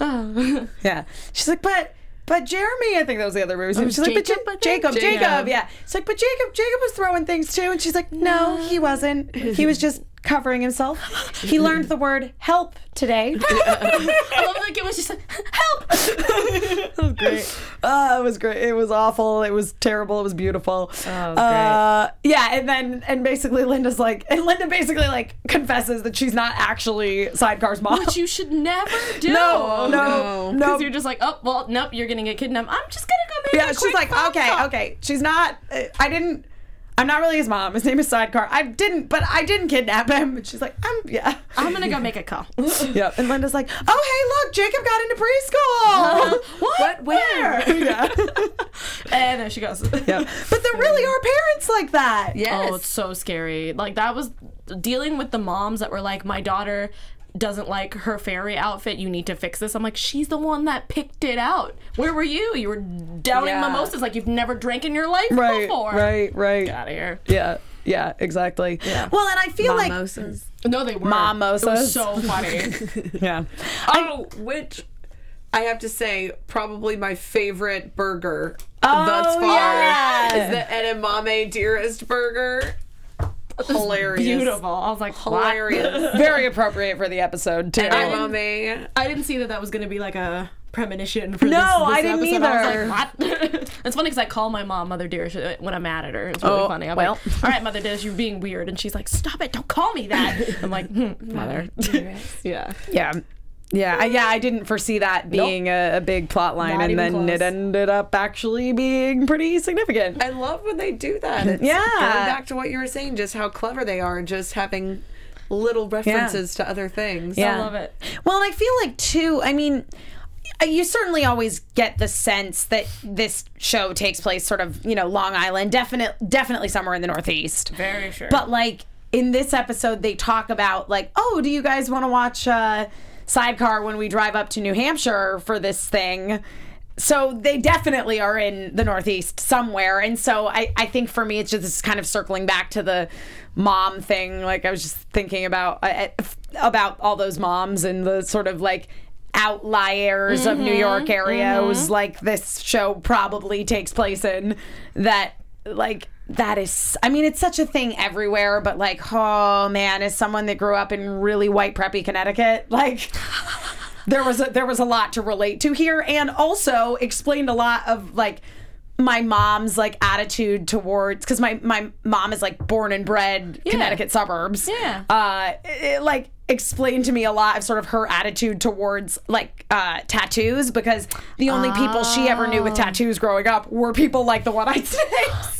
Speaker 1: Oh.
Speaker 5: Yeah. She's like, but but Jeremy, I think that was the other movie. She's like, but,
Speaker 1: Oh, Jacob,
Speaker 5: Ja-
Speaker 1: I think?
Speaker 5: Jacob, Jacob,
Speaker 1: Jacob.
Speaker 5: yeah. It's like, but Jacob, Jacob was throwing things too, and she's like, no, he wasn't. He was just covering himself. He learned the word help today.
Speaker 1: I love like it was just like, help.
Speaker 5: Oh, it was great. It was awful. It was terrible. It was beautiful. Oh, uh, yeah, and then and basically Linda's like, and Linda basically like confesses that she's not actually Sidecar's mom.
Speaker 1: Which you should never do.
Speaker 5: no, no,
Speaker 3: no.
Speaker 5: no.
Speaker 1: Because you're just like, oh, well, nope, you're going to get kidnapped. I'm just going to go make
Speaker 5: yeah,
Speaker 1: a
Speaker 5: she's
Speaker 1: quick
Speaker 5: like,
Speaker 1: phone
Speaker 5: okay,
Speaker 1: call."
Speaker 5: okay. She's not. uh, I didn't. I'm not really his mom. His name is Sidecar. I didn't, but I didn't kidnap him. And she's like, I'm yeah,
Speaker 1: I'm going to go make a call.
Speaker 5: yeah. And Linda's like, oh hey, look, Jacob got into preschool.
Speaker 1: what?
Speaker 3: What? Where?
Speaker 5: yeah,
Speaker 1: And there she goes.
Speaker 5: yeah. But there really are parents like that.
Speaker 3: Yes.
Speaker 1: Oh, it's so scary. Like that was dealing with the moms that were like, my daughter doesn't like her fairy outfit. You need to fix this. I'm like, she's the one that picked it out. Where were you? You were downing
Speaker 3: Yeah.
Speaker 1: mimosas like you've never drank in your life before.
Speaker 5: right.
Speaker 1: Out of here.
Speaker 5: Yeah, yeah. Exactly. Well, and I feel
Speaker 3: Mimosas.
Speaker 1: No, they were.
Speaker 5: Mimosas.
Speaker 1: It was so funny.
Speaker 5: like yeah.
Speaker 3: Oh, which I have to say, probably my favorite burger thus
Speaker 1: Oh,
Speaker 3: far
Speaker 5: yeah.
Speaker 3: is the edamame dearest burger. Hilarious.
Speaker 1: Beautiful. I was like, hilarious.
Speaker 3: Hilarious.
Speaker 5: Very appropriate for the episode too.
Speaker 3: edamame.
Speaker 1: I didn't see that that was going to be like a premonition for this,
Speaker 5: No,
Speaker 1: this
Speaker 5: I didn't
Speaker 1: episode.
Speaker 5: either.
Speaker 1: I was like, what? it's funny because I call my mom Mother Dear when I'm mad at her. It's really
Speaker 4: Oh,
Speaker 1: funny. I'm
Speaker 5: well.
Speaker 1: like, all right, Mother Dear, you're being weird. And she's like, stop it. Don't call me that. I'm like, hmm, Mother. yeah.
Speaker 5: Yeah. Yeah, I, yeah, I didn't foresee that being a, a big plot line,
Speaker 1: Not
Speaker 5: and
Speaker 1: even
Speaker 5: then
Speaker 1: close.
Speaker 5: it ended up actually being pretty significant.
Speaker 3: I love when they do that. It's
Speaker 5: Yeah.
Speaker 3: Going back to what you were saying, just how clever they are, just having little references to other things.
Speaker 5: Yeah.
Speaker 1: love it.
Speaker 5: Well, and I feel like too. I mean, uh, you certainly always get the sense that this show takes place sort of you know Long Island, definite, definitely somewhere in the Northeast.
Speaker 1: Very sure.
Speaker 5: But like in this episode, they talk about like, oh, do you guys want to watch uh, Sidecar when we drive up to New Hampshire for this thing? So they definitely are in the Northeast somewhere, and so I, I think for me it's just this kind of circling back to the mom thing. Like I was just thinking about I- I- about all those moms and the sort of like outliers of New York area was like this show probably takes place in that like that is I mean it's such a thing everywhere but like oh man as someone that grew up in really white preppy Connecticut like there was a, there was a lot to relate to here, and also explained a lot of like my mom's like attitude towards because my my mom is like born and bred Connecticut suburbs.
Speaker 4: Yeah.
Speaker 5: uh, it, it, like explained to me a lot of sort of her attitude towards like uh, tattoos because the only people she ever knew
Speaker 4: Ah.
Speaker 5: with tattoos growing up were people like the one-eyed snakes.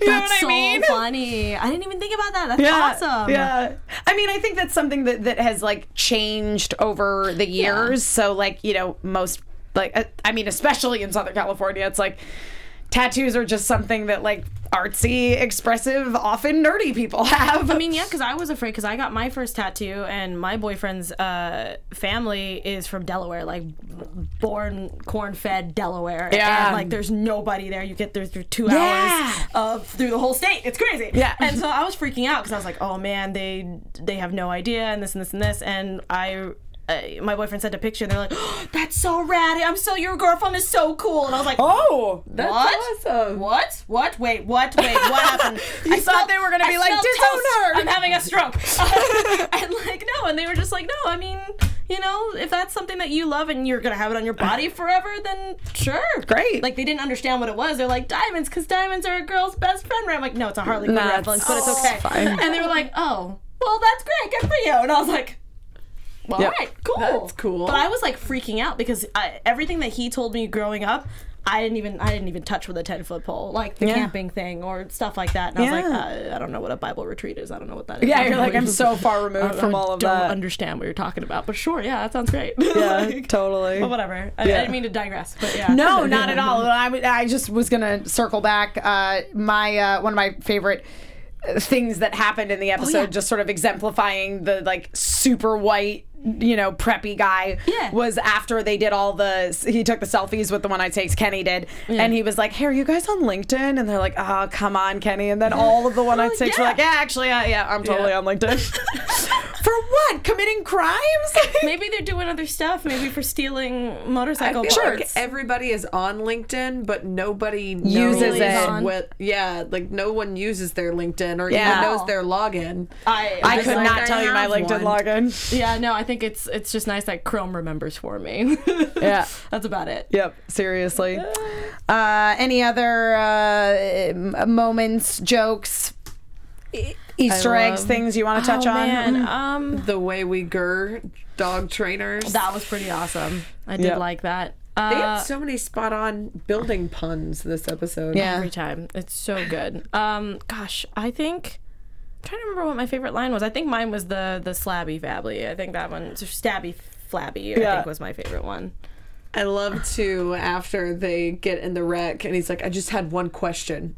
Speaker 5: You know
Speaker 4: That's
Speaker 5: what I
Speaker 4: so
Speaker 5: mean?
Speaker 4: funny. I didn't even think about that. That's awesome.
Speaker 5: Yeah. I mean, I think that's something that, that has like changed over the years. So, like, you know, most, like, uh, I mean, especially in Southern California, it's like tattoos are just something that like artsy, expressive, often nerdy people have.
Speaker 4: I mean, yeah, because I was afraid because I got my first tattoo, and my boyfriend's uh, family is from Delaware, like born corn-fed Delaware.
Speaker 5: Yeah.
Speaker 4: and, like there's nobody there. You get there through two
Speaker 5: Yeah.
Speaker 4: hours of through the whole state. It's crazy.
Speaker 5: Yeah.
Speaker 4: and so I was freaking out because I was like, oh man, they they have no idea, and this and this and this, and I. Uh, my boyfriend sent a picture and they're like, that's so rad. I'm so, your girlfriend is so cool. And I was like,
Speaker 5: oh,
Speaker 3: That's
Speaker 4: What?
Speaker 3: awesome.
Speaker 4: What? What? Wait, what? Wait, what happened?
Speaker 5: You thought they were gonna be like,
Speaker 4: smell
Speaker 5: "Disown
Speaker 4: toast.
Speaker 5: her."
Speaker 4: I'm having a stroke. and like, no, and they were just like, no, I mean, you know, if that's something that you love and you're gonna have it on your body forever, then sure.
Speaker 5: Great.
Speaker 4: Like they didn't understand what it was. They're like, diamonds, cause diamonds are a girl's best friend ring. I'm like, no, it's a Harley Quinn
Speaker 5: Nah,
Speaker 4: reference, but it's
Speaker 5: it's
Speaker 4: okay.
Speaker 5: fine.
Speaker 4: And they were like, oh, well that's great, good for you. And I was like, well, all right, cool.
Speaker 3: That's cool.
Speaker 4: But I was like freaking out because I, everything that he told me growing up, I didn't even I didn't even touch with a ten foot pole, like the
Speaker 5: Yeah.
Speaker 4: camping thing or stuff like that. And I was like,
Speaker 5: Yeah.
Speaker 4: uh, I don't know what a Bible retreat is. I don't know what that is.
Speaker 5: yeah,
Speaker 4: I
Speaker 5: you're
Speaker 4: don't
Speaker 5: like,
Speaker 4: know
Speaker 5: I'm
Speaker 4: what
Speaker 5: so far
Speaker 4: you-
Speaker 5: removed
Speaker 4: I
Speaker 5: from all of
Speaker 4: don't
Speaker 5: that.
Speaker 4: understand what you're talking about, but sure, yeah, that sounds great.
Speaker 5: yeah, totally.
Speaker 4: but whatever. I, I
Speaker 5: Yeah.
Speaker 4: didn't mean to digress, but yeah.
Speaker 5: No, not at all. I, w- I just was gonna circle back. Uh, my uh, one of my favorite uh, things that happened in the episode, just sort of exemplifying the like super white. You know, preppy guy
Speaker 4: Yeah.
Speaker 5: was after they did all the. He took the selfies with the one I takes. Kenny did, and he was like, "Hey, are you guys on LinkedIn?" And they're like, "Oh, come on, Kenny!" And then all of the one I takes were
Speaker 4: yeah.
Speaker 5: like, "Yeah, actually, uh, yeah, I'm totally
Speaker 4: Yeah.
Speaker 5: on LinkedIn." For what? Committing crimes?
Speaker 4: Maybe they're doing other stuff. Maybe for stealing motorcycle
Speaker 3: feel
Speaker 4: parts.
Speaker 3: like everybody is on LinkedIn, but nobody
Speaker 5: Uses
Speaker 3: knows
Speaker 5: it.
Speaker 3: What, yeah, like no one uses their LinkedIn or
Speaker 5: Yeah.
Speaker 3: even knows their login.
Speaker 4: I,
Speaker 5: I
Speaker 4: was
Speaker 5: could
Speaker 4: like,
Speaker 5: not
Speaker 3: I
Speaker 5: tell you my
Speaker 3: have
Speaker 5: LinkedIn
Speaker 3: one.
Speaker 5: login.
Speaker 4: Yeah, no, I think it's it's just nice that Chrome remembers for me.
Speaker 5: Yeah.
Speaker 4: That's about it.
Speaker 5: Yep, seriously. Uh, any other uh, m- moments, jokes, e- Easter eggs, things you want to touch
Speaker 4: oh,
Speaker 5: on?
Speaker 4: Man. Um,
Speaker 3: The way we gur dog trainers.
Speaker 4: that was pretty awesome. I did
Speaker 5: Yeah.
Speaker 4: like that.
Speaker 3: they had
Speaker 4: Uh,
Speaker 3: so many spot on building puns this episode.
Speaker 5: Yeah.
Speaker 4: every time, it's so good. Um, gosh, I think. I'm trying to remember what my favorite line was. I think mine was the the slabby fabbly. I think that one, stabby flabby. I
Speaker 5: Yeah.
Speaker 4: think was my favorite one.
Speaker 3: I love to after they get in the wreck and he's like, I just had one question.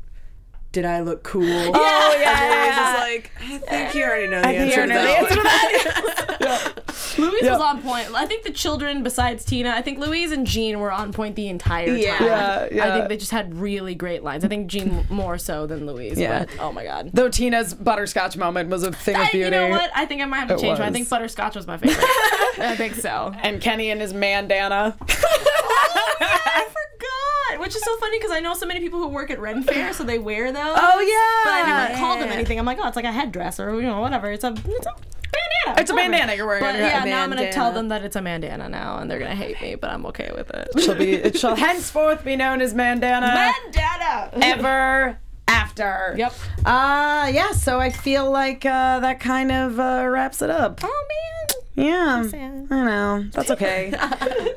Speaker 3: Did I look cool? Yeah.
Speaker 5: Oh,
Speaker 3: just
Speaker 5: yeah.
Speaker 3: like, I think you already know the
Speaker 5: Here,
Speaker 3: answer. to
Speaker 5: no,
Speaker 3: that
Speaker 5: the
Speaker 3: one."
Speaker 5: answer to that.
Speaker 4: Louise was on point. I think the children, besides Tina, I think Louise and Jean were on point the entire
Speaker 3: Yeah.
Speaker 4: time.
Speaker 5: Yeah,
Speaker 4: I
Speaker 5: yeah.
Speaker 4: think they just had really great lines. I think Jean more so than Louise.
Speaker 5: Yeah.
Speaker 4: But, oh my god.
Speaker 5: Though Tina's butterscotch moment was a thing
Speaker 4: I,
Speaker 5: of beauty.
Speaker 4: you know what? I think I might have to
Speaker 5: It
Speaker 4: change. mine. I
Speaker 5: was.
Speaker 4: think butterscotch was my favorite. I think so.
Speaker 5: And Kenny and his man, Dana.
Speaker 4: I forgot, which is so funny because I know so many people who work at Ren Fair, so they wear those.
Speaker 5: Oh,
Speaker 4: But I
Speaker 5: yeah.
Speaker 4: didn't really call them anything. I'm like, oh, it's like a headdress or you know whatever. It's a it's a bandana.
Speaker 5: It's a
Speaker 4: whatever.
Speaker 5: bandana you're wearing
Speaker 4: But
Speaker 5: on your
Speaker 4: yeah,
Speaker 5: head.
Speaker 4: now I'm gonna
Speaker 3: bandana.
Speaker 4: tell them that it's a mandana now, and they're gonna hate me, but I'm okay with it.
Speaker 5: Shall be, it shall henceforth be known as Mandana.
Speaker 4: Bandana.
Speaker 5: ever after.
Speaker 4: Yep.
Speaker 5: Uh, yeah, so I feel like uh, that kind of uh, wraps it up.
Speaker 4: Oh man.
Speaker 5: Yeah. I know. That's okay.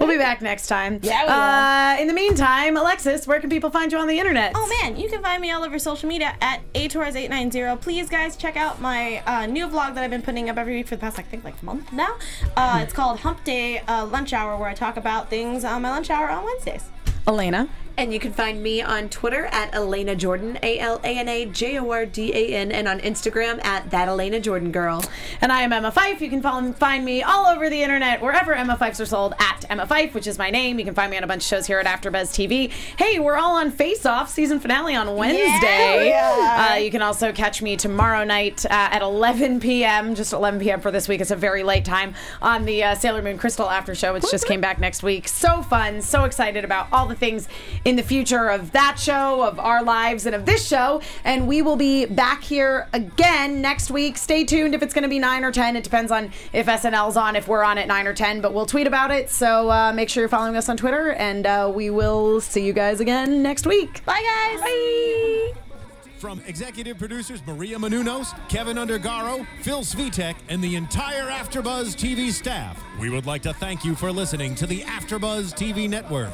Speaker 5: we'll be back next time.
Speaker 4: Yeah,
Speaker 5: Uh, in the meantime, Alexis, where can people find you on the internet?
Speaker 4: Oh man, you can find me all over social media at ators890. Please, guys, check out my uh, new vlog that I've been putting up every week for the past, I think, like month now. Uh, it's called Hump Day uh, Lunch Hour, where I talk about things on my lunch hour on Wednesdays.
Speaker 5: Elena.
Speaker 3: And you can find me on Twitter at Elena Jordan, A L A N A J O R D A N, and on Instagram at that Elena Jordan girl.
Speaker 5: And I am Emma Fife. You can follow, find me all over the internet, wherever Emma Fifes are sold, at Emma Fife, which is my name. You can find me on a bunch of shows here at AfterBuzz TV. Hey, we're all on Face Off season finale on Wednesday. Uh, you can also catch me tomorrow night uh, at 11 p.m., just 11 p.m. for this week. It's a very late time on the uh, Sailor Moon Crystal After Show, which just came back next week. So fun, so excited about all the the things in the future of that show, of our lives, and of this show. And we will be back here again next week. Stay tuned if it's going to be 9 or 10. It depends on if SNL's on, if we're on at 9 or 10, but we'll tweet about it. So uh, make sure you're following us on Twitter, and uh, we will see you guys again next week.
Speaker 1: Bye, guys. Bye.
Speaker 2: From executive producers Maria Manunos, Kevin Undergaro, Phil Svitek, and the entire AfterBuzz TV staff, we would like to thank you for listening to the AfterBuzz TV network.